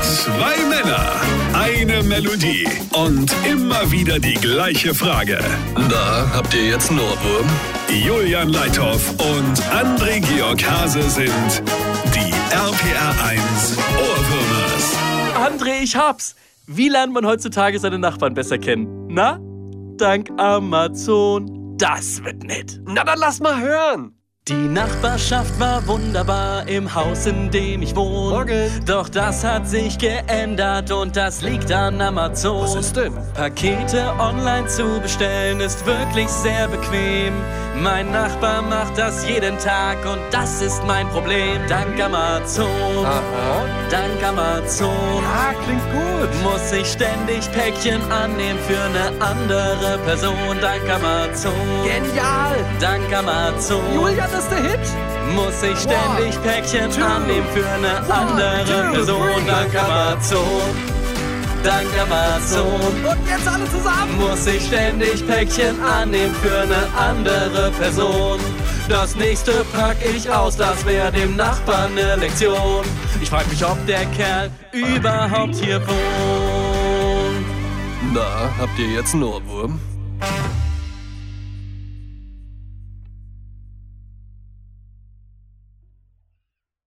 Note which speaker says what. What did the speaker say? Speaker 1: Zwei Männer, eine Melodie und immer wieder die gleiche Frage.
Speaker 2: Da Ah, habt ihr jetzt einen Ohrwurm.
Speaker 1: Julian Leithoff und André Georg Hase sind die RPR1 Ohrwürmers.
Speaker 3: André, ich hab's. Wie lernt man heutzutage seine Nachbarn besser kennen? Na? Dank Amazon. Das wird nett.
Speaker 2: Na dann lass mal hören.
Speaker 3: Die Nachbarschaft war wunderbar im Haus, in dem ich wohne.
Speaker 2: Morgen.
Speaker 3: Doch das hat sich geändert und das liegt an Amazon.
Speaker 2: Was ist denn?
Speaker 3: Pakete online zu bestellen ist wirklich sehr bequem. Mein Nachbar macht das jeden Tag und das ist mein Problem. Dank Amazon.
Speaker 2: Ah. Aha.
Speaker 3: Dank Amazon.
Speaker 2: Ah, klingt gut.
Speaker 3: Muss ich ständig Päckchen annehmen für eine andere Person. Dank Amazon.
Speaker 2: Genial.
Speaker 3: Dank Amazon.
Speaker 2: Julian, das ist der Hit.
Speaker 3: Muss ich ständig Päckchen annehmen für eine andere
Speaker 2: two,
Speaker 3: Person.
Speaker 2: three.
Speaker 3: Dank Amazon. Dank Amazon.
Speaker 2: Und jetzt alle zusammen.
Speaker 3: Muss ich ständig Päckchen annehmen für eine andere Person. Das nächste pack ich aus, das wäre dem Nachbarn eine Lektion. Ich frag mich, ob der Kerl überhaupt hier wohnt.
Speaker 2: Da habt ihr jetzt einen Ohrwurm.